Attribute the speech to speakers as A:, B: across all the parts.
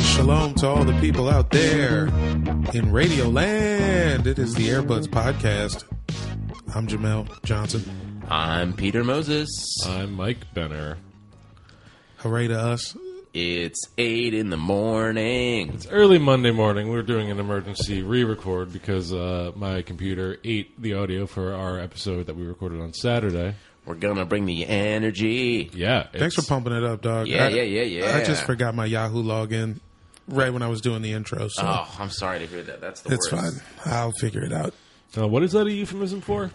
A: Shalom to all the people out there in Radio Land. It is the Airbuds Podcast. I'm Jamel Johnson.
B: I'm Peter Moses.
C: I'm Mike Benner.
A: Hooray to us.
B: It's eight in the morning.
C: It's early Monday morning. We were doing an emergency re-record because uh, my computer ate the audio for our episode that we recorded on Saturday.
B: We're gonna bring the energy.
C: Yeah,
A: Thanks for
C: it's-
A: pumping it up, dog.
B: Yeah,
A: I-
B: yeah, yeah, yeah.
A: I just forgot my Yahoo login right when I was doing the intro, so
B: Oh, I'm sorry to hear that. That's the
A: it's
B: worst.
A: fine. I'll figure it out.
C: Uh, what is that a euphemism for?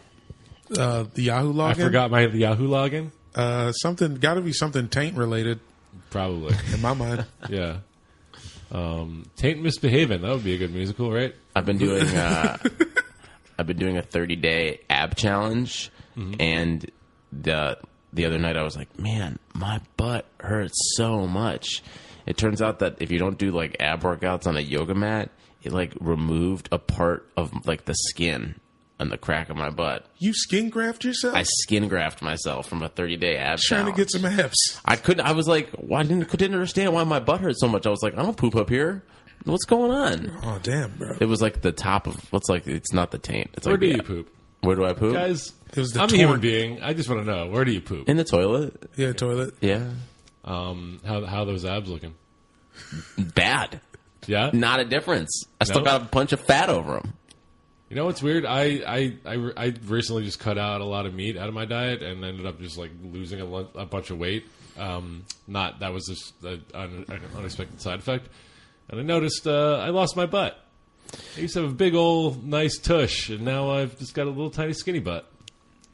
A: Uh, the Yahoo login?
C: I forgot my Yahoo login.
A: Uh, something, gotta be something taint related
C: Probably.
A: in my mind.
C: yeah. Um, Taint misbehaving. That would be a good musical, right?
B: I've been doing uh, I've been doing a 30 day ab challenge, and the the other night I was like, man, my butt hurts so much. It turns out that if you don't do like ab workouts on a yoga mat, it like removed a part of like the skin on the crack of my butt.
A: you skin graft yourself?
B: I skin graft myself from a 30 day ab
A: trying to
B: challenge.
A: get some abs.
B: I couldn't. I was like, why didn't couldn't understand why my butt hurt so much. I was like, I don't poop up here. What's going on?
A: Oh, damn, bro.
B: It was like the top of what's like. It's not the taint. It's
C: Where
B: like
C: do
B: the-
C: you poop,
B: Where do I poop?
C: guys?
A: was the
C: I'm a human
A: torn-
C: being. I just want to know where do you poop?
B: In the toilet.
A: Yeah, toilet.
B: Yeah.
C: Um, how how are those abs looking?
B: Bad.
C: Yeah.
B: Not a difference. I still
C: No?
B: got a bunch of fat over them.
C: You know what's weird? I, I, I, re- I recently just cut out a lot of meat out of my diet and ended up just like losing a, lun- a bunch of weight. Um, not that was just a, an, an unexpected side effect. And I noticed uh, I lost my butt. I used to have a big old nice tush, and now I've just got a little tiny skinny butt.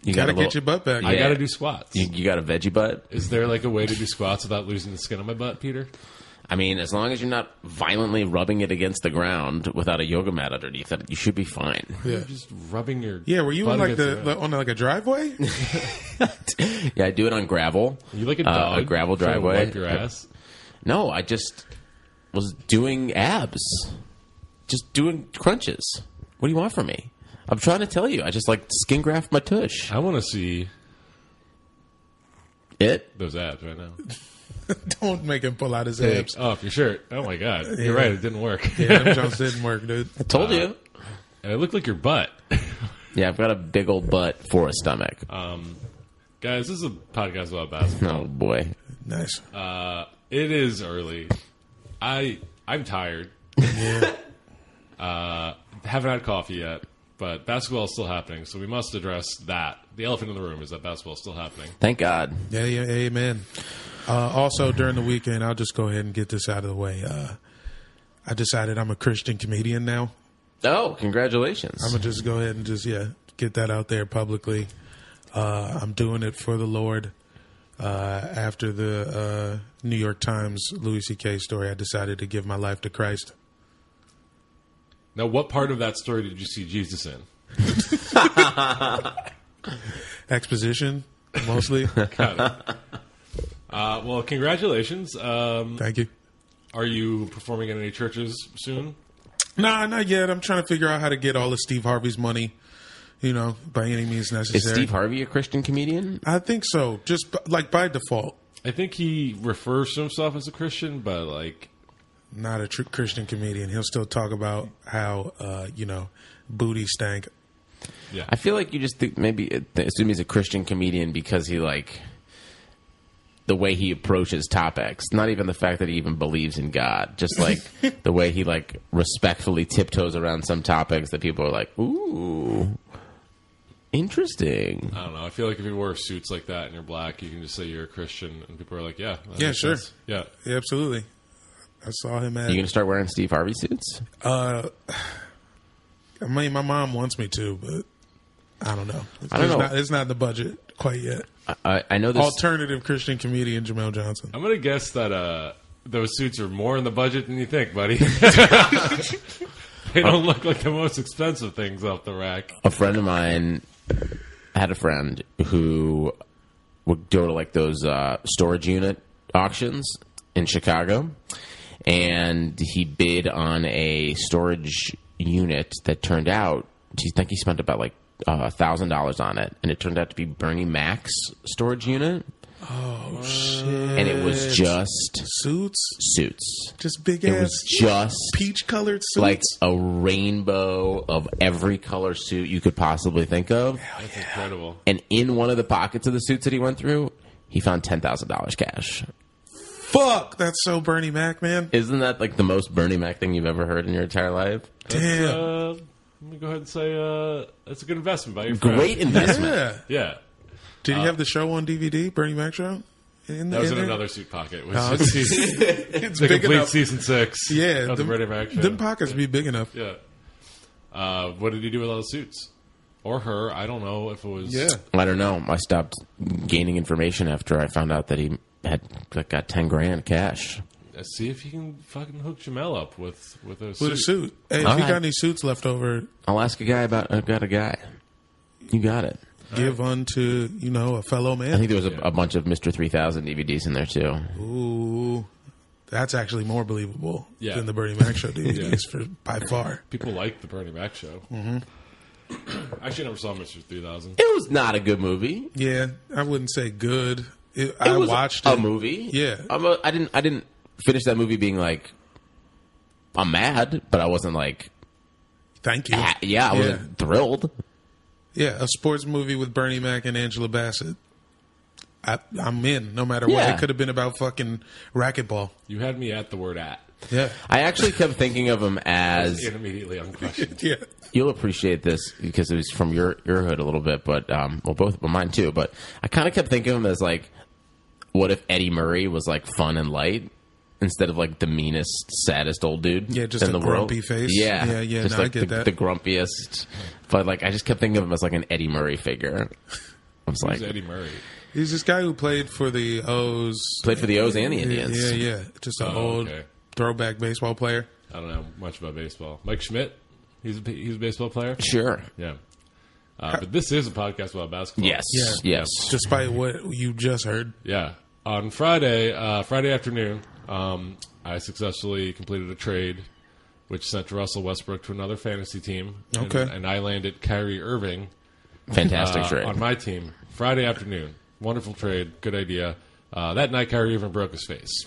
B: You
A: Gotta
B: a
A: get your butt back.
C: I
B: Yeah.
C: got to do squats.
B: You, you got a veggie butt.
C: Is there like a way to do squats without losing the skin on my butt, Peter?
B: I mean, as long as you're not violently rubbing it against the ground without a yoga mat underneath it, you should be fine.
A: Yeah.
C: Just rubbing your
A: Yeah, were you
C: butt
A: in like
C: against
A: the, the on like a driveway?
B: yeah, I do it on gravel.
C: you like a
B: Uh,
C: dog
B: a gravel
C: trying to
B: driveway.
C: Wipe your ass.
B: No, I just was doing abs, just doing crunches. What do you want from me? I'm trying to tell you. I just like skin graft my tush.
C: I want to see
B: It.
C: those abs right now.
A: Don't make him pull out his
C: Take
A: abs.
C: off your shirt. Oh my god, you're right. It didn't work. Uh,
A: Yeah, them jumps didn't work, dude. Uh,
B: I told you.
C: And it looked like your butt.
B: Yeah, I've got a big old butt for a stomach.
C: Um, guys, this is a podcast about basketball.
B: Oh boy.
A: Nice.
C: Uh, It is early. I I'm tired. Uh, haven't had coffee yet, but basketball's still happening, so we must address that. The elephant in the room is that basketball's still happening.
B: Thank God.
A: Yeah, yeah, amen. Uh, also, during the weekend, I'll just go ahead and get this out of the way. Uh, I decided I'm a Christian comedian now.
B: Oh, congratulations.
A: I'm gonna just go ahead and just yeah get that out there publicly. Uh, I'm doing it for the Lord. Uh, after the uh, New York Times Louis C.K. story, I decided to give my life to Christ.
C: Now, what part of that story did you see Jesus in?
A: Exposition mostly.
C: Got it. Uh, well, congratulations. Um,
A: Thank you.
C: are you performing in any churches soon?
A: Nah, not yet. I'm trying to figure out how to get all of Steve Harvey's money. You know, by any means necessary.
B: is Steve Harvey a Christian comedian?
A: I think so. Just b- like by default,
C: I think he refers to himself as a Christian, but like,
A: not a true Christian comedian. He'll still talk about how uh, you know booty stank.
B: I feel like you just think maybe assume he's a Christian comedian because he like the way he approaches topics. Not even the fact that he even believes in God. Just like the way he like respectfully tiptoes around some topics that people are like, ooh, interesting.
C: I don't know. I feel like if you wore suits like that and you're black, you can just say you're a Christian, and people are like, yeah, that
A: Yeah,
C: makes
A: sure.
C: sense. yeah.
A: Yeah, absolutely. I saw him at.
B: you gonna start wearing Steve Harvey suits?
A: I mean, my mom wants me to, but I don't know. It's,
B: I don't know.
A: Not, it's not in the budget quite yet.
B: I, I know this.
A: Alternative Christian comedian Jamel Johnson.
C: I'm gonna guess that uh, those suits are more in the budget than you think, buddy. they don't look like the most expensive things off the rack.
B: a friend of mine had a friend who would go to like those uh, storage unit auctions in Chicago, and he bid on a storage unit that turned out. Do you think he spent about like a thousand dollars on it? And it turned out to be Bernie Mac's storage unit,
A: Shit.
B: and it was just
A: Uh, suits,
B: suits.
A: just big
B: It
A: ass,
B: was just
A: peach colored suits.
B: like a rainbow of every color suit you could possibly think of.
C: That's incredible.
B: and in one of the pockets of the suits that he went through, he found ten thousand dollars cash.
A: Fuck, that's so Bernie Mac, man.
B: Isn't that like the most Bernie Mac thing you've ever heard in your entire life?
A: Damn.
C: Uh, let me go ahead and say uh, that's a good investment by your friend.
B: Great investment.
A: yeah.
C: Yeah, Uh,
A: Did he have the show on DVD, Bernie Mac show? In,
C: that was in
A: there?
C: another suit pocket, which
A: No,
C: is
A: it's-
C: season,
A: It's
C: the
A: big
C: complete
A: enough.
C: season six.
A: Yeah,
C: of the Ready Mac show.
A: them pockets be big enough.
C: yeah. Uh, what did he do with all the suits? Or her? I don't know if it was.
A: Yeah.
B: I don't know. I stopped gaining information after I found out that he had like, got ten grand cash.
C: Let's see if he can fucking hook Jamel up with with a
A: With a suit. Hey, if
B: All
A: you
B: right.
A: got any suits left over,
B: I'll ask a guy about. I've got a guy. You got it.
A: give unto, you know, a fellow
B: I think
A: man.
B: there was a, a bunch of Mister Three Thousand DVDs in there too.
A: Ooh. That's actually more believable
C: Yeah.
A: than the Bernie Mac show DVDs for by far.
C: People like the Bernie Mac show.
A: Mm-hmm.
C: Actually, I never saw Mr. 3000.
B: It was not a good movie.
A: Yeah, I wouldn't say good. It,
B: It
A: I
B: was
A: watched
B: a
A: it.
B: movie.
A: Yeah.
B: I'm a, I didn't. I didn't finish that movie being like, I'm mad, but I wasn't like
A: Thank you.
B: Ah, yeah, I wasn't thrilled.
A: Yeah, a sports movie with Bernie Mac and Angela Bassett. I, I'm in, no matter what.
B: Yeah.
A: It could have been about fucking racquetball.
C: You had me at the word at.
A: Yeah,
B: I actually kept thinking of him as
C: It immediately unquestioned.
A: yeah.
B: you'll appreciate this because it was from your your hood a little bit, but um, well, both but mine too. But I kind of kept thinking of him as like, what if Eddie Murray was like fun and light instead of like the meanest, saddest old dude?
A: Yeah, just
B: in the
A: a
B: world?
A: grumpy face.
B: Yeah,
A: Yeah, yeah,
B: just
A: no, I
B: like
A: get
B: the,
A: that.
B: the grumpiest. But like, I just kept thinking of him as like an Eddie Murray figure. I was like,
C: It's Eddie Murray.
A: He's this guy who played for the O's.
B: played for the O's and the
A: Yeah,
B: Indians.
A: yeah, yeah. Just an
C: Oh,
A: old
C: okay.
A: throwback baseball player.
C: I don't know much about baseball. Mike Schmidt, he's a, ba- he's a baseball player.
B: Sure.
C: Yeah. Uh, but this is a podcast about basketball.
B: Yes.
A: Yeah.
B: Yes.
A: Despite what you just heard,
C: Yeah. On Friday, uh, Friday afternoon, um, I successfully completed a trade which sent Russell Westbrook to another fantasy team. And-
A: Okay.
C: And, I landed Kyrie Irving
B: Fantastic
C: uh,
B: trade.
C: on my team Friday afternoon. Wonderful trade. Good idea. Uh, that night, Kyrie Irving broke his face.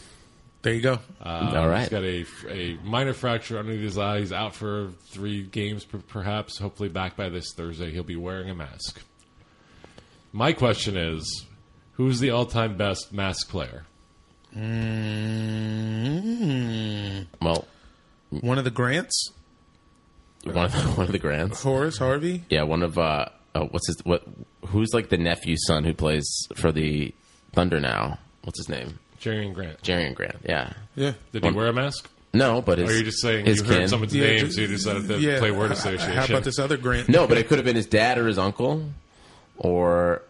A: there you go.
C: Uh,
B: All right.
C: Um, He's got a, a minor fracture underneath his eye. He's out for three games, per- perhaps. Hopefully, back by this Thursday, he'll be wearing a mask. My question is Who's the all-time best mask player?
A: Mm.
B: Well,
A: One of the Grants,
B: one of the, one of the grands.
A: Horace Harvey.
B: Yeah, one of uh, uh what's his what? Who's like the nephew son who plays for the Thunder now? What's his name?
C: Jerry Grant.
B: Jerry Grant. Yeah.
A: Yeah,
C: Did he wear a mask?
B: No, but his,
C: Or are you just saying
B: his
C: you
B: kin.
C: heard someone's
A: Yeah,
C: name,
A: ju-
C: so you decided to
A: yeah.
C: play word
A: Uh,
C: association?
A: How about this other Grant?
B: No, but it could have been his dad or his uncle, or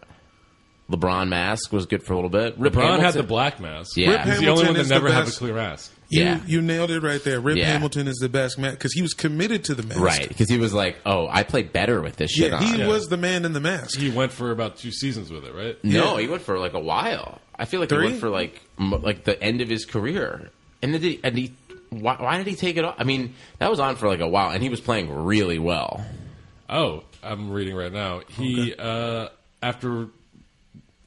B: LeBron mask was good for a little bit. Rip
C: Brown had
B: Hamilton-
C: the black mask.
B: Yeah. Rip
C: he's the only
A: Hamilton
C: one that
A: is the
C: never had a
A: best.
C: clear mask.
A: You,
B: Yeah.
A: you nailed it right there. Rip
B: Yeah.
A: Hamilton is the best mask because he was committed to the mask.
B: right because he was like, "Oh, I play better with this shit."
A: Yeah,
B: on.
A: he was the man in the mask.
C: He went for about two seasons with it, right?
B: No,
A: Yeah.
B: he went for like a while. I feel like he
A: Three?
B: went for like m- like the end of his career, and then did he, and he why, why did he take it off? I mean, that was on for like a while, and he was playing really well.
C: Oh, I'm reading right now. He uh, after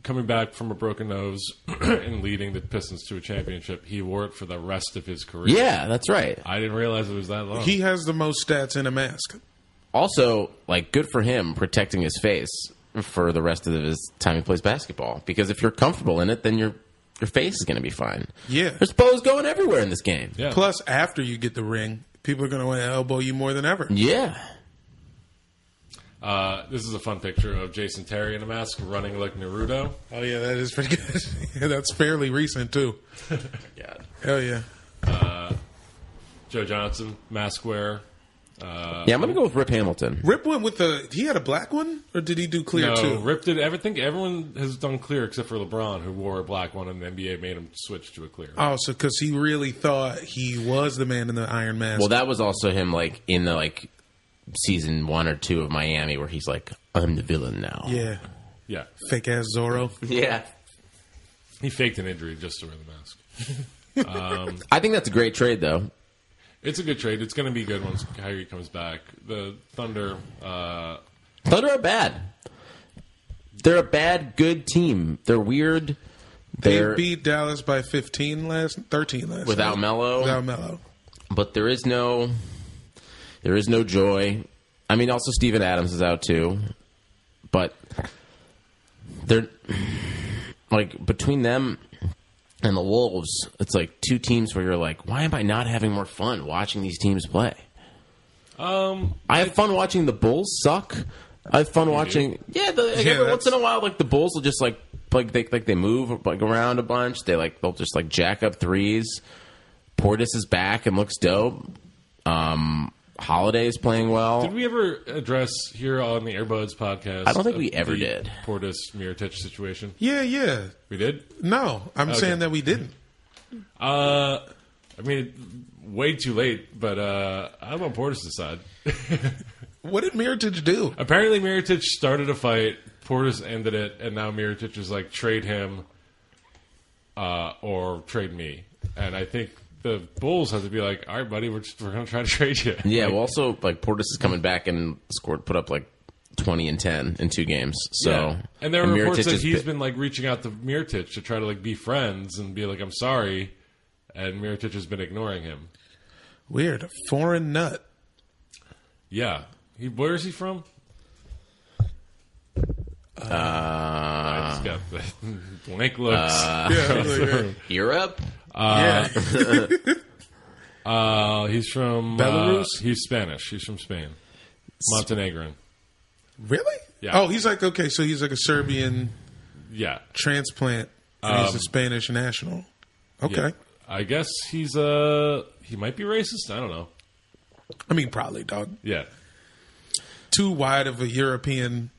C: coming back from a broken nose and leading the Pistons to a championship, he wore it for the rest of his career.
B: Yeah, that's right.
C: I didn't realize it was that long.
A: He has the most stats in a mask.
B: Also, like good for him protecting his face for the rest of his time he plays basketball because if you're comfortable in it, then your your face is going to be fine.
A: Yeah.
B: there's bows going everywhere in this game.
C: yeah.
A: Plus, after you get the ring, people are going to want to elbow you more than ever.
B: yeah.
C: Uh, this is a fun picture of Jason Terry in a mask running like Naruto.
A: Oh yeah, that is pretty good. yeah, that's fairly recent too.
B: God.
A: Hell yeah.
C: Joe Johnson, mask wearer. Uh,
B: Yeah, I'm going to go with Rip Hamilton.
A: Rip went with the. He had a black one, or did he do clear
C: no,
A: too?
C: Rip did everything. Everyone has done clear except for LeBron, who wore a black one, and the NBA made him switch to a clear.
A: Oh, so because he really thought he was the man in the Iron Mask.
B: Well, that was also him, like in the like season one or two of Miami, where he's like, "I'm the villain now."
A: yeah,
C: yeah,
A: fake ass Zorro.
B: yeah.
C: he faked an injury just to wear the mask.
B: I think that's a great trade, though.
C: It's a good trade. It's going to be good once Kyrie comes back. The Thunder, uh,
B: Thunder are bad. They're a bad, good team. They're weird.
A: They
B: They're
A: beat Dallas by fifteen last, thirteen last.
B: without
A: night.
B: Melo,
A: Without Melo.
B: but there is no, there is no joy. I mean, also Steven Adams is out too, but they're like between them and the Wolves, it's like two teams where you're like, why am I not having more fun watching these teams play?
C: um,
B: I have fun watching the Bulls suck. I have fun watching. Yeah, the, like,
A: Yeah,
B: every once in
A: that's-
B: a while, like the Bulls will just like like they like they move like around a bunch. They like they'll just like jack up threes. Portis is back and looks dope. Um, Holiday is playing well.
C: did we ever address here on the Airbuds podcast?
B: I don't think we
C: uh,
B: ever
C: the
B: did.
C: Portis Miritich situation.
A: Yeah, yeah.
C: We did.
A: No, I'm saying that we didn't.
C: Uh, I mean, way too late, but uh, I'm on Portis' side.
A: What did Miritich do?
C: Apparently, Miritich started a fight. Portis ended it, and now Miritich is like trade him, uh, or trade me. And I think the Bulls have to be like, all right, buddy, we're just, we're gonna try to trade you.
B: yeah, well, also like Portis is coming back and scored put up like twenty and ten in two games. So
C: Yeah. and there are
B: Miritich
C: reports that
B: is
C: he's
B: bi-
C: been like reaching out to Miritich to try to like be friends and be like, I'm sorry, and Miritich has been ignoring him.
A: Weird. Foreign nut.
C: Yeah, he where is he from?
B: Uh,
C: I just got the blank looks.
B: uh,
A: Yeah, I was like, hey.
B: Europe.
A: yeah.
C: Uh, he's from uh,
A: Belarus?
C: he's Spanish. He's from Spain, Montenegrin.
A: really?
C: Yeah.
A: Oh, he's like okay, so he's like a Serbian
C: Yeah,
A: transplant. And he's a Spanish national. Okay.
C: um, Yeah. I guess he's uh he might be racist. I don't know.
A: I mean, probably dog.
C: Yeah,
A: Too wide of a European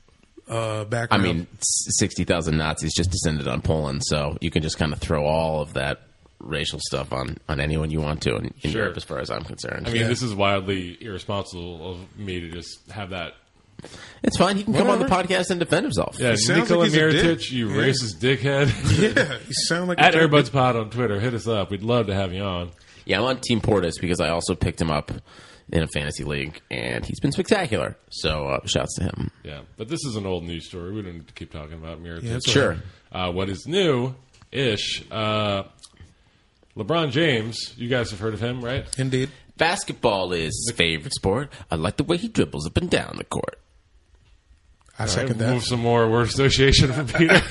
A: uh,
B: I
A: background.
B: mean, s- 60,000 Nazis just descended on Poland, so you can just kind of throw all of that racial stuff on, on anyone you want to in, in
C: Sure.
B: Europe, as far as I'm concerned.
C: I mean this is wildly irresponsible of me to just have that.
B: it's fine. He can come on the
A: Whatever.
B: podcast and defend himself.
C: Yeah,
A: sounds
C: Nikola
A: like he's a
C: Mirotic,
A: dick.
C: you
A: Yeah.
C: racist dickhead.
A: yeah, you sound like
C: At
A: a
C: Airbuds Pod on Twitter, hit us up. We'd love to have you on.
B: Yeah, I'm on Team Portis because I also picked him up in a fantasy league, and he's been spectacular. So, uh, shouts to him.
C: Yeah, but this is an old news story. We don't need to keep talking about Mirotic.
A: that's
B: Sure. right.
C: Uh, what is new ish? Uh, LeBron James. You guys have heard of him, right?
A: Indeed.
B: Basketball is his favorite sport. I like the way he dribbles up and down the court.
A: I second
C: Move
A: that.
C: some more word association from Peter.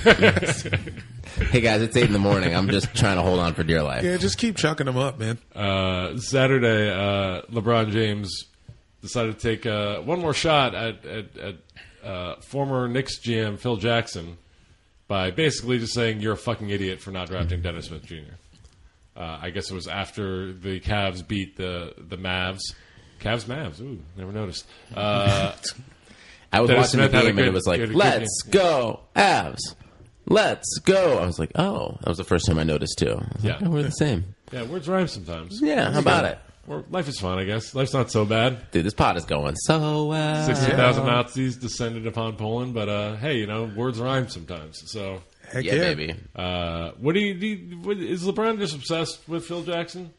B: Hey guys, it's eight in the morning. I'm just trying to hold on for dear life.
A: Yeah, just keep chucking them up, man.
C: uh, Saturday, uh, LeBron James decided to take uh, one more shot at, at, at uh, former Knicks GM Phil Jackson by basically just saying, You're a fucking idiot for not drafting Dennis Smith Jr. Uh, I guess it was after the Cavs beat the, the Mavs. Cavs Mavs. Ooh, never noticed. Uh,
B: I was
C: Dennis
B: watching
C: Smith
B: the
C: had a
B: game and
C: good-
B: it was like,
C: had a good
B: "Let's go, Avs! Let's go!" I was like, "Oh, that was the first time I noticed too." I was like,
C: Yeah.
B: oh, we're the same.
C: yeah, words rhyme sometimes.
B: Yeah, how about it,
C: Or life is fun, I guess. Life's not so bad.
B: dude? This pod is going so well.
C: 60,000 Nazis descended upon Poland, but uh, hey, you know, words rhyme sometimes. So,
A: Heck
B: yeah,
A: yeah,
B: baby.
C: uh, what do you, do you- what, is LeBron just obsessed with Phil Jackson?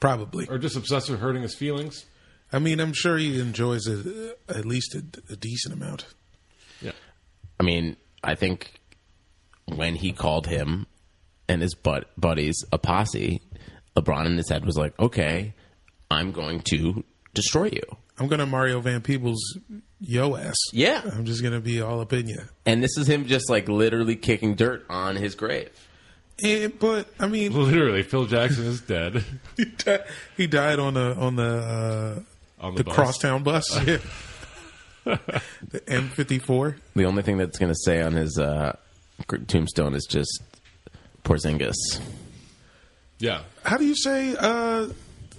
A: Probably.
C: Or just obsessed with hurting his feelings?
A: I mean, I'm sure he enjoys a, at least a, a decent amount.
C: Yeah.
B: I mean, I think when he called him and his bud- buddies a posse, LeBron in his head was like, "Okay, I'm going to destroy you."
A: I'm gonna Mario Van Peebles yo ass.
B: Yeah.
A: I'm just gonna be all up in you.
B: And this is him just like literally kicking dirt on his grave.
A: Eh, but I mean,
C: Literally, Phil Jackson is dead.
A: he, di- he died on the on the uh,
C: On the
A: the,
C: bus.
A: crosstown bus. Yeah. the M54.
B: The only thing that's going to say on his uh, gr- tombstone is just Porzingis.
C: Yeah.
A: How do you say uh,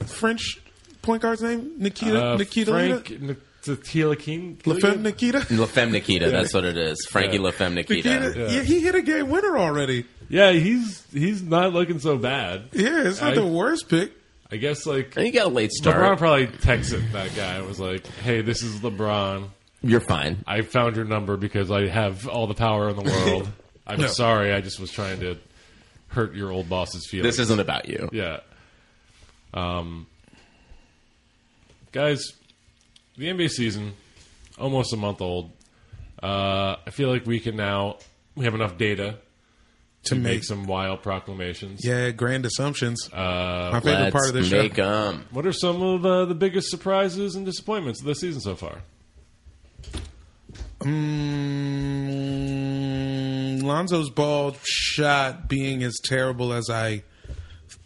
A: French point guard's name? Nikita
C: Uh,
A: Nikita
C: Frank
A: Lina?
C: N- Tetelkin-
A: Lefebvre Nikita.
B: LaFemme Nikita, that's what it is. Frankie
C: Yeah.
B: LaFemme Nikita.
A: Nikita. Yeah. he hit a game winner already.
C: Yeah, he's he's not looking so bad.
A: Yeah, it's not
C: I-
A: the worst pick.
C: I guess, like,
B: And you got a late
C: LeBron
B: start.
C: probably texted that guy and was like, hey, this is LeBron.
B: You're fine.
C: I found your number because I have all the power in the world. I'm sorry, I just was trying to hurt your old boss's feelings.
B: This isn't about you.
C: yeah. Um, guys, the NBA season almost a month old. Uh, I feel like we can now we have enough data to, make,
A: make-
C: some wild proclamations.
A: Yeah, grand assumptions. Uh, My favorite
B: Let's
A: part of the show.
B: make 'em.
C: What are some of uh, the biggest surprises and disappointments of the season so far?
A: Mm, Lonzo's ball shot being as terrible as I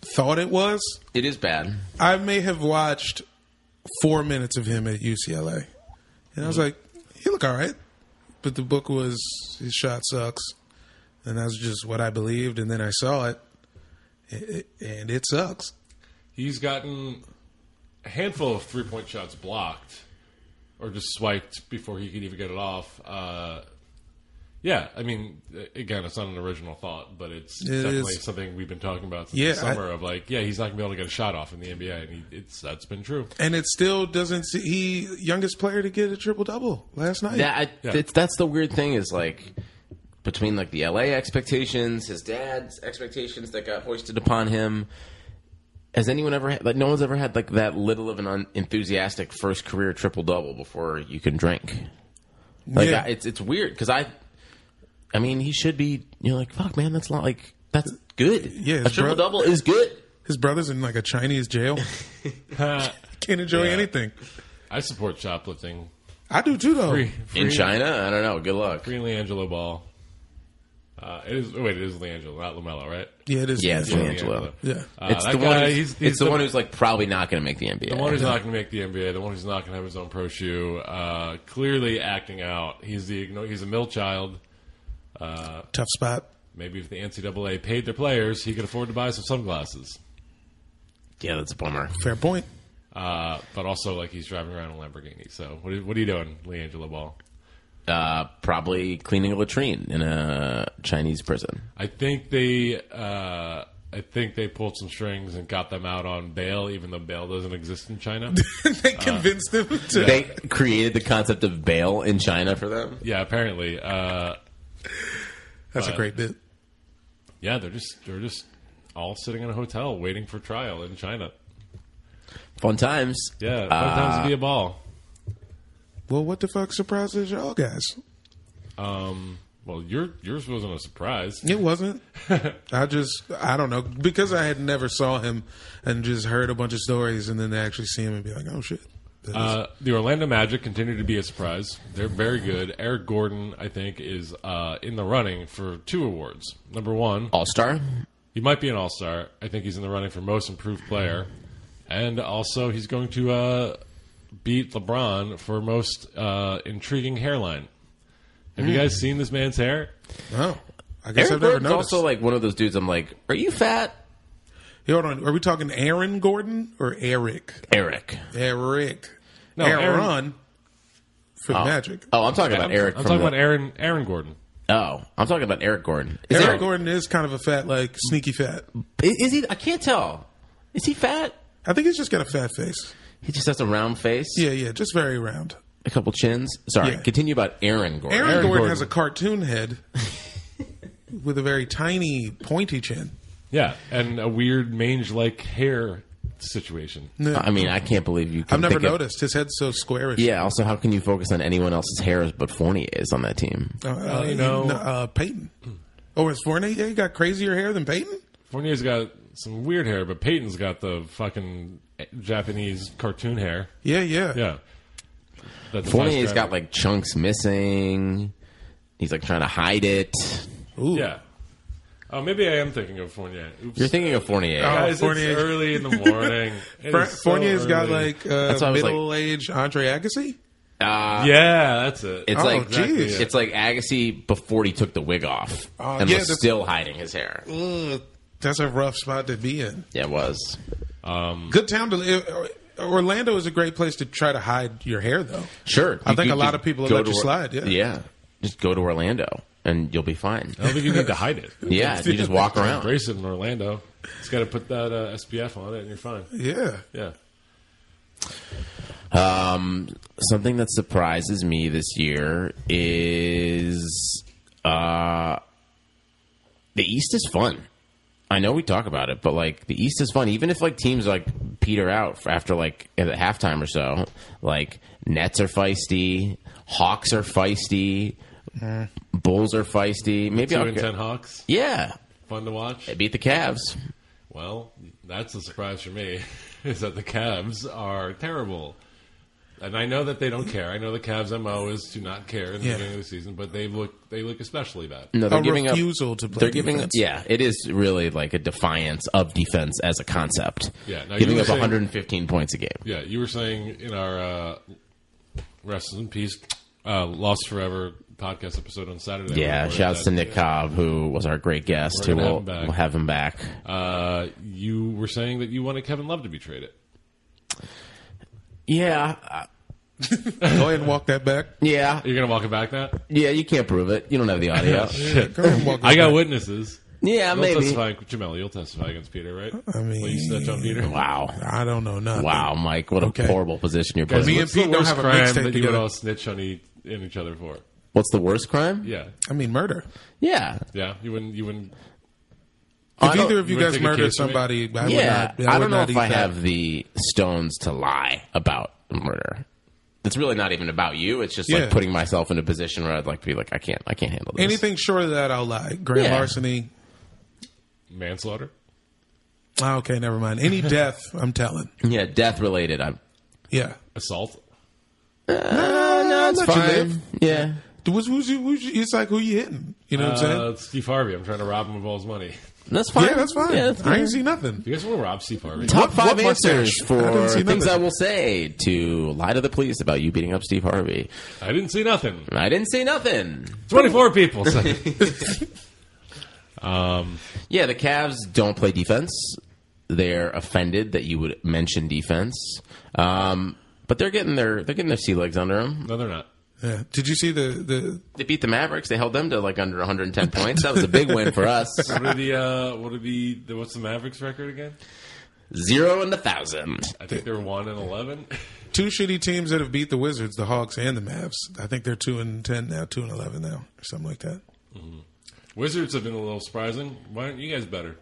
A: thought it was.
B: It is bad.
A: I may have watched four minutes of him at UCLA, and I
B: Mm-hmm.
A: was like, "He look all right," but the book was his shot sucks, and that's just what I believed. And then I saw it, a- a- and it sucks.
C: He's gotten a handful of three point shots blocked or just swiped before he could even get it off. Uh, yeah, I mean, again, it's not an original thought, but it's
A: It
C: definitely
A: is.
C: something we've been talking about since
A: Yeah,
C: the summer of like, yeah, he's not going to be able to get a shot off in the NBA, and he, it's that's been true.
A: And it still doesn't see he youngest player to get a triple double last night.
B: That, I,
C: Yeah.
B: that's- that's the weird thing is like between like the LA expectations, his dad's expectations that got hoisted upon him. Has anyone ever had, like no one's ever had like that little of an un- enthusiastic first career triple double before you can drink? Like
A: Yeah.
B: I, it's it's weird because I, I mean he should be you know like fuck man that's not like that's good
A: Yeah,
B: a
A: his bro-
B: triple double is good
A: His brother's in like a Chinese jail. Can't enjoy anything.
C: I support shoplifting.
A: I do too, though.
C: Free,
B: Oh, in
C: free-
B: China I don't know good luck
C: free Leangelo Ball. Uh, it is wait, it is Leangelo, not Lamelo, right?
A: Yeah, it is.
B: yeah it's
A: yeah.
B: Angelo
A: Yeah.
C: Uh,
B: it's
C: that
B: the one
C: guy,
B: who's,
C: he's- he's
B: it's the,
C: the-
B: one who's like probably not going to make the NBA
C: The one who's not going to make the NBA, the one who's not going to have his own pro shoe, uh, clearly acting out. He's the igno- he's a mill child.
A: Tough spot.
C: Maybe if the NCAA paid their players, he could afford to buy some sunglasses.
B: yeah that's a bummer
A: Fair point.
C: Uh, but also, like he's driving around a Lamborghini. So what are, what are you doing, LiAngelo Ball?
B: uh, probably cleaning a latrine in a Chinese prison.
C: I think they uh, I think they pulled some strings and got them out on bail, even though bail doesn't exist in China.
A: they
C: Uh,
A: convinced him to.
B: They created the concept of bail in China for them.
C: yeah, apparently. Uh,
A: That's a great bit.
C: yeah, they're just they're just all sitting in a hotel waiting for trial in China.
B: Fun times. Uh,
C: Yeah, sometimes it'd be a ball.
A: Well, what the fuck surprises y'all guys?
C: Um, well, your yours wasn't a surprise.
A: It wasn't. I just, I don't know. Because I had never saw him and just heard a bunch of stories and then they actually see him and be like, oh shit. That is-
C: Uh, the Orlando Magic continue to be a surprise. They're very good. Eric Gordon, I think, is uh, in the running for two awards. Number one,
B: All star.
C: he might be an All Star. I think he's in the running for Most Improved Player, and also he's going to uh, beat LeBron for most uh, intriguing hairline. Have you guys seen this man's hair?
A: wow. Oh, I Hmm. guess
B: Eric
A: I've never
B: Gordon's
A: noticed.
B: also like one of those dudes. I'm like, are you fat,
A: Hey, hold on. Are we talking Aaron Gordon or Eric?
B: Eric?
A: Eric.
C: No,
A: Aaron,
C: Aaron.
A: for the Magic.
B: Oh, I'm talking about Eric.
C: I'm
B: from
C: talking about Aaron Aaron Gordon.
B: the, Oh, I'm talking about Eric Gordon. Is
A: Eric
B: Eric
A: Gordon is kind of a fat, like sneaky fat.
B: Is, is he? I can't tell. Is he fat?
A: I think he's just got a fat face.
B: He just has a round face.
A: Yeah, yeah, just very round.
B: A couple chins. Sorry.
A: Yeah.
B: Continue about Aaron Gordon.
A: Aaron, Gordon,
C: Gordon.
A: has a cartoon head with a very tiny, pointy chin.
C: Yeah, and a weird mange-like hair situation.
B: I mean, I can't believe you. Can
A: I've never
B: think of-
A: noticed. His head's so squarish.
B: yeah. Also, how can you focus on anyone else's hair but Fournier is on that team?
A: Uh, uh,
C: you know-
A: no, uh, Peyton. Oh, is Fournier? Yeah, he got crazier hair than Peyton.
C: Fournier's got some weird hair, but Peyton's got the fucking Japanese cartoon hair.
A: Yeah, yeah,
C: Yeah. That defies
B: Fournier's got
C: gravity.
B: like chunks missing. He's like trying to hide it.
A: Ooh.
C: Yeah. Oh, maybe I am thinking of Fournier. Oops.
B: You're thinking of Fournier.
C: Guys,
A: Oh, Fournier.
C: it's early in the morning. It
A: Fra-
C: is so
A: Fournier's got
C: early.
A: like uh,
B: why I was like-
A: middle-aged Andre Agassi.
B: Uh,
C: Yeah, that's it.
B: It's
A: Oh,
B: like
A: exactly, yeah.
B: it's like Agassi before he took the wig off
A: Oh,
B: and
A: yeah,
B: was
A: that's-
B: still hiding his hair.
A: Ugh, that's a rough spot to be in.
B: Yeah, it was.
A: Good town to live. Orlando is a great place to try to hide your hair, though.
B: Sure.
A: I
B: you
A: think
B: could
A: a lot
B: just
A: of people will
B: go
A: let
B: to
A: you
B: Or-
A: slide, yeah.
B: yeah. Just go to Orlando and you'll be fine.
C: I don't think you need to hide it.
B: Yeah, you just walk around.
C: Embrace it in Orlando. It's got to put that uh, SPF on it, and you're fine.
A: Yeah.
C: Yeah.
B: Um, something that surprises me this year is uh, the East is fun. I know we talk about it, but like the East is fun. Even if like teams like peter out after like at halftime or so, like Nets are feisty, Hawks are feisty, Bulls are feisty. Maybe
C: Mm. Two
B: I'll
C: and
B: go-
C: ten Hawks.
B: yeah,
C: Fun to watch.
B: they beat the Cavs.
C: Well, that's a surprise for me. Is that the Cavs are terrible, and I know that they don't care. I know the Cavs' mo is to not care in the
A: Yeah.
C: beginning of the season, but they look they look especially bad.
B: No, they're
A: A
B: giving
A: refusal
B: up,
A: to play
B: They're giving
A: defense.
B: yeah. It is really like a defiance of defense as a concept.
C: Yeah, now you
B: giving
C: were
B: up
C: saying-
B: 115 points a game.
C: Yeah, you were saying in our uh, rest in peace, uh, lost forever podcast episode on Saturday.
B: Yeah,
C: we
B: shouts to
C: recorded
B: Nick Cobb, who was our great guest.
C: We're
B: Who
C: gonna
B: will
C: have him back.
B: we'll have him back.
C: that. Uh, you were saying that you wanted Kevin Love to be traded.
B: Yeah, uh,
A: Go ahead and walk that back.
B: yeah,
C: You're gonna walk it back now.
B: yeah. You can't prove it. You don't have the audio.
C: Shit.
A: Go ahead and walk that
C: I got
A: back.
C: witnesses.
B: yeah,
C: You'll
B: maybe.
C: testify, Jamel. You'll testify against Peter, right?
A: I mean-
C: Will you snitch on Peter.
B: Wow,
A: I don't know nothing.
B: wow, Mike, what a
A: Okay.
B: horrible position you're
C: Guys,
B: putting.
A: Me
C: what's
A: and
C: the
A: Pete don't
C: worst
A: have a
C: crime
A: mixtape
C: that you would
A: together.
C: all snitch on e- in each other for?
B: What's the worst crime?
C: Yeah,
A: I mean, murder.
B: yeah.
C: yeah. You wouldn't. You wouldn't.
B: I
A: If
B: don't-
A: either of you
C: You wanna
A: guys
C: take a
A: murder
C: case from me?
A: somebody, I would
B: yeah,
A: not. I,
B: I,
A: would
B: don't know
A: not
B: if
A: eat
B: I
A: that.
B: have the stones to lie about murder. It's really not even about you. It's just
A: Yeah.
B: like putting myself in a position where I'd like to be like, I can't, I can't handle this.
A: anything short of that. I'll lie. Grand
B: Yeah.
A: larceny.
C: Manslaughter.
A: Ah, okay, never mind. Any death, I'm telling.
B: Yeah, death related. I'm.
A: Yeah.
C: Assault.
B: Uh, no, it's
A: let you
B: fine.
A: live.
B: Yeah.
A: Who's, who's, you- who's you- it's like who you hitting? You know what I'm
C: Uh,
A: saying?
C: it's Steve Harvey. I'm trying to rob him of all his money.
B: That's fine.
A: yeah, that's fine.
B: Yeah, that's
A: I
B: fine.
A: ain't see nothing.
C: You guys want to rob Steve Harvey?
B: Top
A: What-
B: five
A: what
B: answers
A: mustache? I
B: for
A: didn't see
B: things I
A: nothing.
B: will say to lie to the police about you beating up Steve Harvey.
C: I didn't see nothing.
B: And I didn't say nothing.
C: Twenty-four people. Um, said it.
B: Yeah, the Cavs don't play defense. They're offended that you would mention defense. Um, but they're getting their they're getting their sea legs under them.
C: no, they're not.
A: Yeah. Did you see the the
B: They beat the Mavericks. They held them to like under 110 points. That was a big win for us.
C: What are the? Uh, what are the? the- What's the Mavericks record again?
B: Zero in the thousand.
C: I think they're one and eleven.
A: two shitty teams that have beat the Wizards, the Hawks and the Mavs? I think they're two and ten now, two and eleven now, or something like that.
C: Mm-hmm. Wizards have been a little surprising. Why aren't you guys better?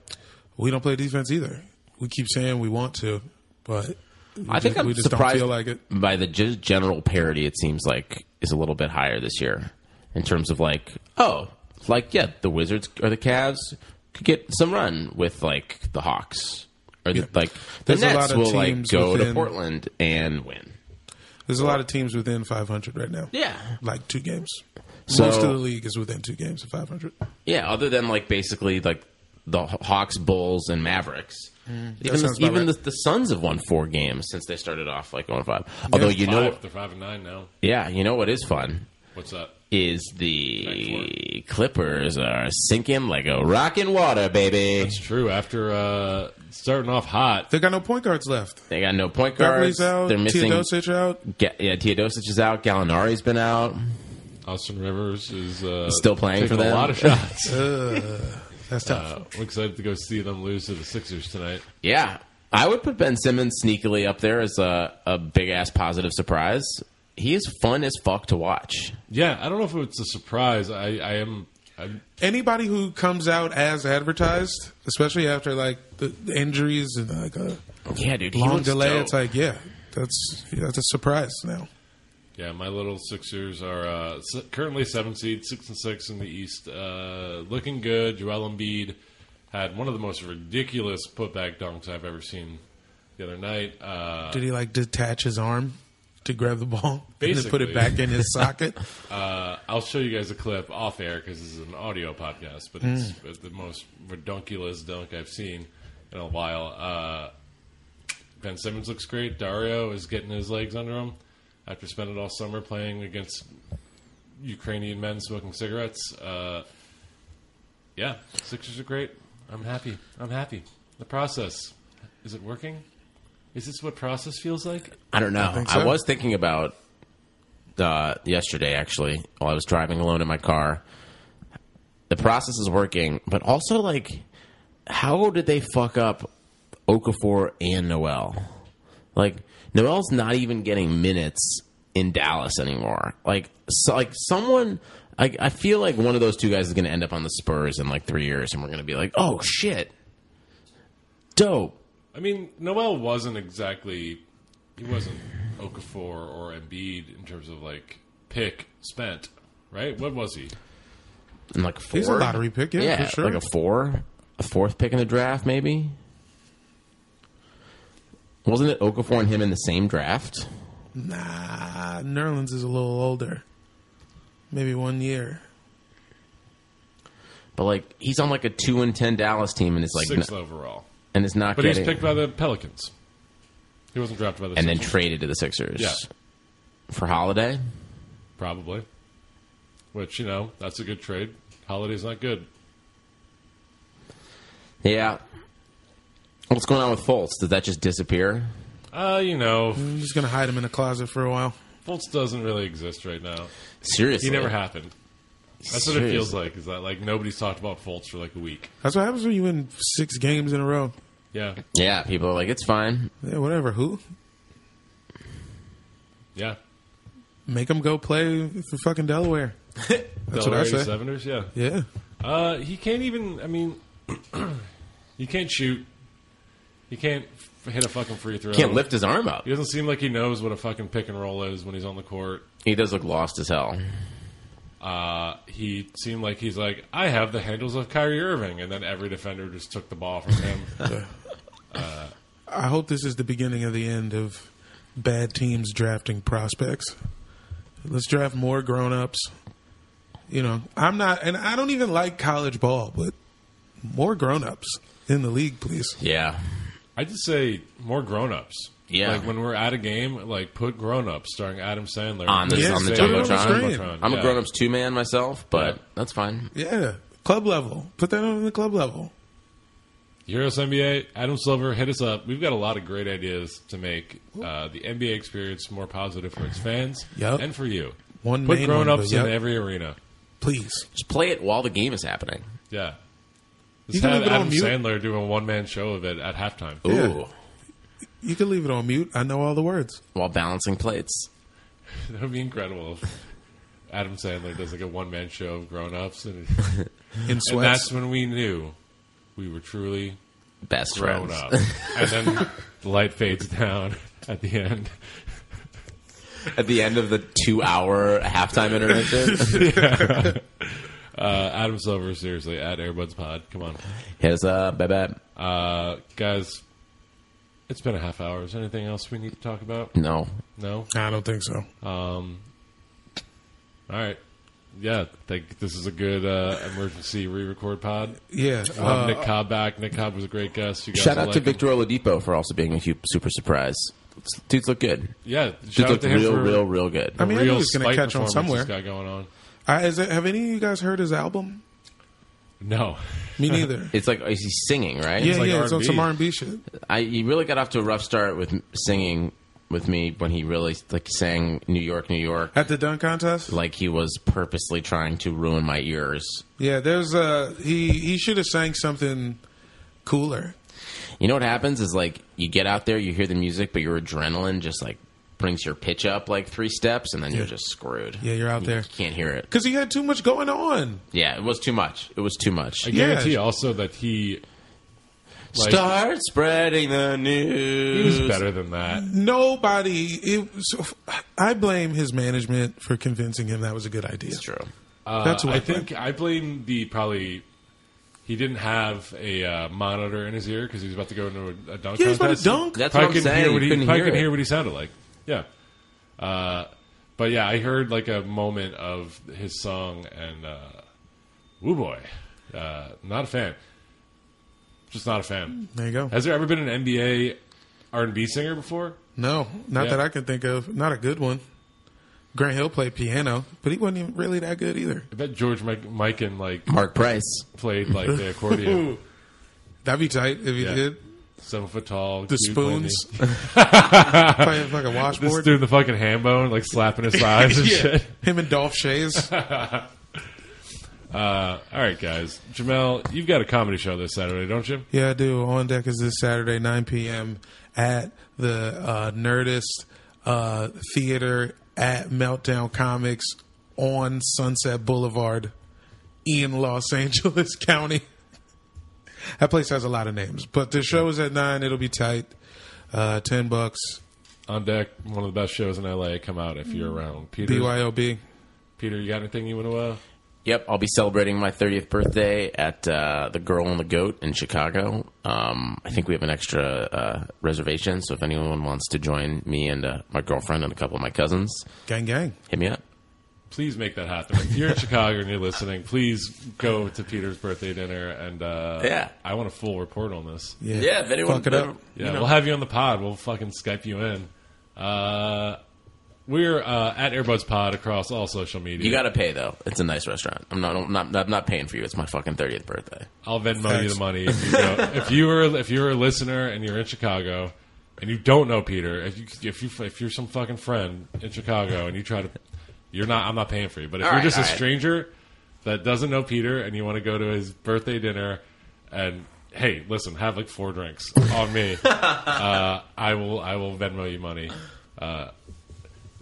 A: We don't play defense either. We keep saying we want to, but we
B: I think
A: just,
B: I'm
A: we just
B: surprised
A: don't feel like it.
B: by the just general parity. It seems like is a little bit higher this year in terms of like oh like yeah the Wizards or the Cavs could get some run with like the Hawks or the, like the
A: There's a
B: Nets
A: lot of
B: will like
A: teams
B: go to
A: within-
B: Portland and win.
A: There's a lot of teams within 500 right now.
B: Yeah.
A: Like two games.
B: So-
A: Most of the league is within two games of 500.
B: Yeah, other than like basically like the Haw- Hawks, Bulls, and Mavericks. even the,
A: sounds about
B: even the,
A: right.
B: the Suns have won four games since they started off like on five. Although you know,
C: Five, they're five and nine now.
B: yeah, you know what is fun Eh.
C: What's that?
B: is the Clippers are sinking like a rock in water, baby.
C: It's true. After uh, starting off hot,
A: They got no point guards left.
B: They got no point guards.
A: Beverly's out.
B: They're missing.
A: Teodosic out.
B: Ga- yeah, Teodosic is out. Gallinari's been out.
C: Austin Rivers is uh,
B: Still playing
C: taking
B: for them?
C: A lot of shots.
A: That's tough.
C: Uh, I'm excited to go see them lose to the Sixers tonight.
B: Yeah, I would put Ben Simmons sneakily up there as a, a big ass positive surprise. He is fun as fuck to watch.
C: Yeah, I don't know if it's a surprise. I, I am. I'm,
A: Anybody who comes out as advertised, especially after like the the injuries and like a
B: Yeah, dude.
A: long delay, it's like yeah, that's yeah, that's a surprise now.
C: yeah, my little Sixers are uh, s- currently seven seed, six and six in the East, uh, looking good. Joel Embiid had one of the most ridiculous putback dunks I've ever seen the other night. Uh,
A: Did he like detach his arm to grab the ball and then put
C: Basically.
A: it back in his socket?
C: Uh, I'll show you guys a clip off air because this is an audio podcast, but it's it's the most redonkulous dunk I've seen in a while. Uh, ben Simmons looks great. Dario is getting his legs under him after spending all summer playing against Ukrainian men smoking cigarettes. Uh, yeah, Sixers are great. I'm happy. I'm happy. The process is it working? Is this what process feels like?
B: I don't know. I,
A: think so.
B: was thinking about uh, yesterday actually while I was driving alone in my car. The process is working, but also like, how did they fuck up Okafor and Noel? Like Noel's not even getting minutes in Dallas anymore. Like, so, like someone. I, I feel like one of those two guys is going to end up on the Spurs in like three years, and we're going to be like, "Oh shit, dope."
C: I mean, Noel wasn't exactly he wasn't Okafor or Embiid in terms of like pick spent, right? What was he?
B: And like four.
A: He's a lottery pick, yeah, for sure.
B: Like a four, a fourth pick in the draft, maybe. Wasn't it Okafor and him in the same draft?
A: nah, Nerlens is a little older, maybe one year.
B: But like he's on like a two and ten Dallas team, and it's like
C: Sixth
B: n-
C: overall.
B: and it's not
C: But he was
B: getting
C: picked by the Pelicans. He wasn't drafted by the
B: and then
C: Sixers,
B: traded to the Sixers.
C: Yeah.
B: For Holiday,
C: probably. Which, you know, that's a good trade. Holiday's not good.
B: yeah. What's going on with Fultz? Did that just disappear?
C: Uh, you know,
A: I'm just gonna hide him in a closet for a while.
C: Fultz doesn't really exist right now.
B: Seriously,
C: He never happened. That's what it
B: Seriously.
C: feels like, is that like nobody's talked about Fultz for like a week.
A: That's what happens when you win six games in a row.
C: Yeah.
B: Yeah, people are like, it's fine.
A: Yeah, whatever. Who
C: Yeah.
A: make him go play for fucking Delaware? That's what I
C: Delaware
A: say.
C: 87ers, yeah.
A: Yeah,
C: Uh, he can't even. I mean, he can't shoot. He can't f- hit a fucking free throw.
B: Can't lift his arm up.
C: He doesn't seem like he knows what a fucking pick and roll is when he's on the court.
B: He does look lost as hell.
C: Uh, he seemed like he's like, I have the handles of Kyrie Irving, and then every defender just took the ball from him.
A: I hope this is the beginning of the end of bad teams drafting prospects. Let's draft more grown ups. You know, I'm not, and I don't even like college ball, but more grown ups in the league, please.
B: Yeah,
C: I just say more grown ups.
B: Yeah.
C: like when we're at a game, like put grown ups starring Adam Sandler
B: on the
A: Yes,
B: on the
A: put it
B: jumbotron.
A: on the screen.
B: I'm
C: Yeah.
B: a grown ups two man myself, but that's fine.
A: Yeah, club level. Put that on the club level.
C: Heroes NBA, Adam Silver, hit us up. We've got a lot of great ideas to make uh, the NBA experience more positive for its fans
A: Yup.
C: and for you.
A: One
C: Put
A: main
C: grown
A: one,
C: ups
A: but
C: in
A: yup.
C: every arena.
A: Please.
B: Just play it while the game is happening.
C: Yeah. Just
A: can
C: have
A: leave it on
C: Adam
A: mute.
C: Sandler do a one man show of it at halftime.
B: Ooh,
A: Yeah. You can leave it on mute. I know all the words.
B: while balancing plates.
C: That would be incredible if Adam Sandler does like a one man show of grown ups. And,
A: In
C: and
A: sweats.
C: that's when we knew we were truly
B: Best
C: grown
B: friends.
C: up. And then the light fades down at the end.
B: At the end of the two hour halftime intervention,
C: Uh, Adam Silver, seriously, at Airbuds Pod. Come on.
B: here's a bye bye.
C: Uh, guys, It's been a half hour. Is there anything else we need to talk about?
B: No.
C: No.
A: I don't think so.
C: Um, all right. Yeah, I think this is a good uh, emergency re-record pod.
A: Yeah.
C: We'll have
A: uh,
C: Nick Cobb back. Nick Cobb was a great guest. You guys
B: Shout
C: will
B: out
C: like
B: to
C: him.
B: Victor Oladipo for also being a hu- super surprise. Dudes look good.
C: Yeah,
B: Dudes
C: shout out
B: look
C: to him
B: real,
C: for
B: real, real good.
A: I mean, I
C: real
A: knew he was gonna
C: spite
A: catch on
C: performance
A: somewhere.
C: He's got going on.
A: I, is it, have any of you guys heard his album?
C: No,
A: Me neither.
B: it's like he's singing, right?
A: yeah,
B: It's like
A: yeah, it's on
C: R&B.
A: some R and B shit.
B: I, he really got off to a rough start with singing with me when he really like sang New York, New York,
A: At the dunk contest.
B: like he was purposely trying to ruin my ears.
A: Yeah, there's uh he he should have sang something cooler.
B: You know what happens is like you get out there, you hear the music, but your adrenaline just like brings your pitch up like three steps, and then you're just screwed.
A: Yeah, you're out
B: You
A: there.
B: can't hear it.
A: Because he had too much going on.
B: Yeah, it was too much. It was too much.
C: I
A: Yeah.
C: guarantee also that he like,
B: Start spreading the
C: He
B: news.
C: was better than that.
A: Nobody. It, so, I blame his management for convincing him that was a good idea.
B: It's true.
C: Uh,
A: That's what
C: I
A: I blame.
C: think. I blame the probably. He didn't have a uh, monitor in his ear because he was about to go into a, a dunk.
A: Yeah, he's about to
C: contest.
A: dunk.
B: That's what
C: Probably
B: I'm
C: couldn't
B: saying.
C: Hear what he,
B: Couldn't
C: probably
B: hear
C: couldn't
B: it.
C: hear what he sounded like. Yeah. Uh, but yeah, I heard like a moment of his song and uh, woo boy, uh, not a fan. Just not a fan.
A: There you go.
C: Has there ever been an NBA R and B singer before?
A: No, not
C: Yeah.
A: that I can think of. Not a good one. Grant Hill played piano, but he wasn't even really that good either.
C: I bet George Mike, Mike and like
B: Mark Price.
C: played like the accordion,
A: That'd be tight if he
C: Yeah.
A: did.
C: seven foot tall.
A: The
C: cute, lanky.
A: spoons. playing like a
C: This
A: washboard.
C: dude, the fucking ham bone, like slapping his thighs and
A: Yeah.
C: shit.
A: Him and Dolph Shays.
C: Uh, all right, guys. Jamel, you've got a comedy show this Saturday, don't you?
A: yeah, I do. On deck is this Saturday, 9 p.m. at the uh, Nerdist uh, Theater at Meltdown Comics on Sunset Boulevard in Los Angeles County. That place has a lot of names, but the show is at nine. It'll be tight. Uh, Ten bucks.
C: On deck, one of the best shows in LA. Come out if
A: Mm.
C: you're around. Peter,
A: BYOB.
C: Peter, you got anything you want to? Uh,
B: Yep, I'll be celebrating my 30th birthday at uh, the Girl and the Goat in Chicago. Um, I think we have an extra uh, reservation, so if anyone wants to join me and uh, my girlfriend and a couple of my cousins,
A: Gang gang.
B: hit me up.
C: please make that happen. If you're in Chicago and you're listening, please go to Peter's birthday dinner. And uh,
B: Yeah.
C: I want a full report on this.
A: Yeah.
B: Yeah, if anyone-
A: Fuck it up.
C: Yeah, we'll have you on the pod. We'll fucking Skype you in. Uh, we're uh, at Airbuds Pod across all social media.
B: You got to pay though. It's a nice restaurant. I'm not, I'm not I'm not paying for you. It's my fucking 30th birthday.
C: I'll Venmo you
A: Thanks.
C: the money if you go. if you are if you're a listener and you're in Chicago and you don't know Peter, if you if you if you're some fucking friend in Chicago and you try to, you're not. I'm not paying for you. But if
B: All
C: you're
B: right,
C: just a
B: all right.
C: stranger that doesn't know Peter and you want to go to his birthday dinner, and hey, listen, have like four drinks on me. uh, I will I will Venmo you money. Uh,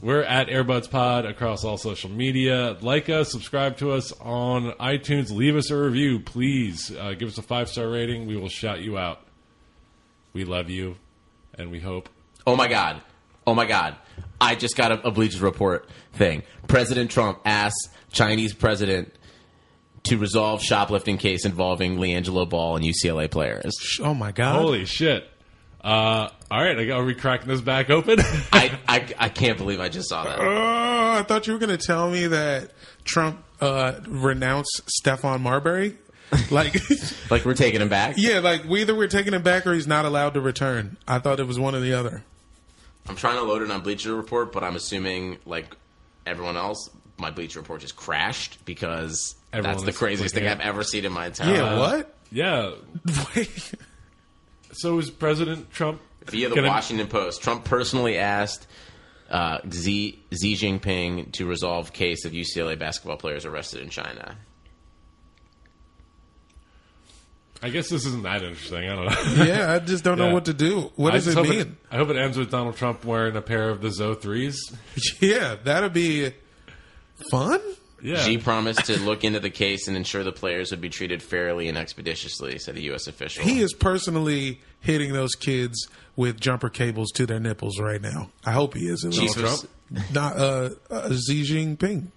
C: we're at Airbuds Pod across all social media. Like us, subscribe to us on iTunes. Leave us a review, please. Uh, give us a five star rating. We will shout you out. We love you, and we hope.
B: Oh my god. Oh my god. I just got a, a Bleacher Report thing. President Trump asks Chinese president to resolve shoplifting case involving LiAngelo Ball and UCLA players.
A: Oh my god.
C: Holy shit! Uh, all right, I got- are we cracking this back open?
B: I, I, I can't believe I just saw that.
A: Oh, I thought you were going to tell me that Trump uh, renounced Stefan Marbury. Like,
B: Like we're taking him back.
A: yeah, like we either we're taking him back or he's not allowed to return. I thought it was one or the other.
B: I'm trying to load it on Bleacher Report, but I'm assuming like everyone else, my Bleacher Report just crashed because
C: Everyone
B: that's the
C: is
B: craziest thing
C: looking
B: I've ever seen in my entire
A: Yeah,
B: life.
A: what?
C: Uh, yeah. So is President Trump
B: via the
C: gonna-
B: Washington Post. Trump personally asked uh, Xi, Xi Jinping to resolve case of UCLA basketball players arrested in China.
C: I guess this isn't that interesting. I don't know.
A: yeah, I just don't
C: Yeah.
A: know what to do. What
C: I
A: does
C: just
A: it
C: hope
A: mean?
C: I hope it ends with Donald Trump wearing a pair of the Zo threes.
A: yeah, that'll be fun.
C: Yeah.
B: Xi promised to look into the case and ensure the players would be treated fairly and expeditiously, said a U.S. official.
A: He is personally hitting those kids with jumper cables to their nipples right now. I hope he is.
B: Jesus.
A: Not uh, uh, Xi Jinping.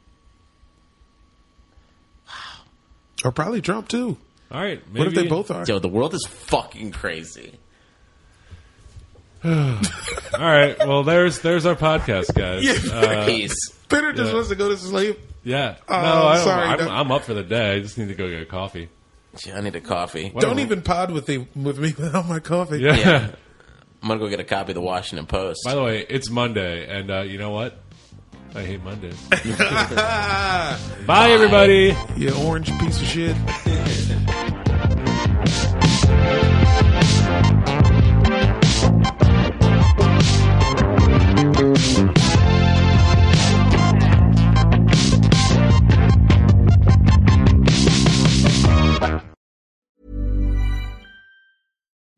A: Or probably Trump too.
C: All right. Maybe,
A: What if they both are?
B: Yo, the world is fucking crazy.
C: All right. Well, there's there's our podcast, guys. Yeah.
B: Peace.
D: Peter just wants to go to sleep.
C: yeah.
D: Oh,
C: no, I don't,
D: sorry,
C: I'm,
D: Doc.
C: I'm up for the day. I just need to go get a coffee.
B: Gee, I need a coffee.
C: Whatever.
D: Don't even pod with the, with me without my coffee.
C: Yeah.
B: Yeah. I'm gonna go get a copy of the Washington Post.
C: By the way, it's Monday, and uh, you know what? I hate Mondays. Bye, everybody.
D: You orange piece of shit.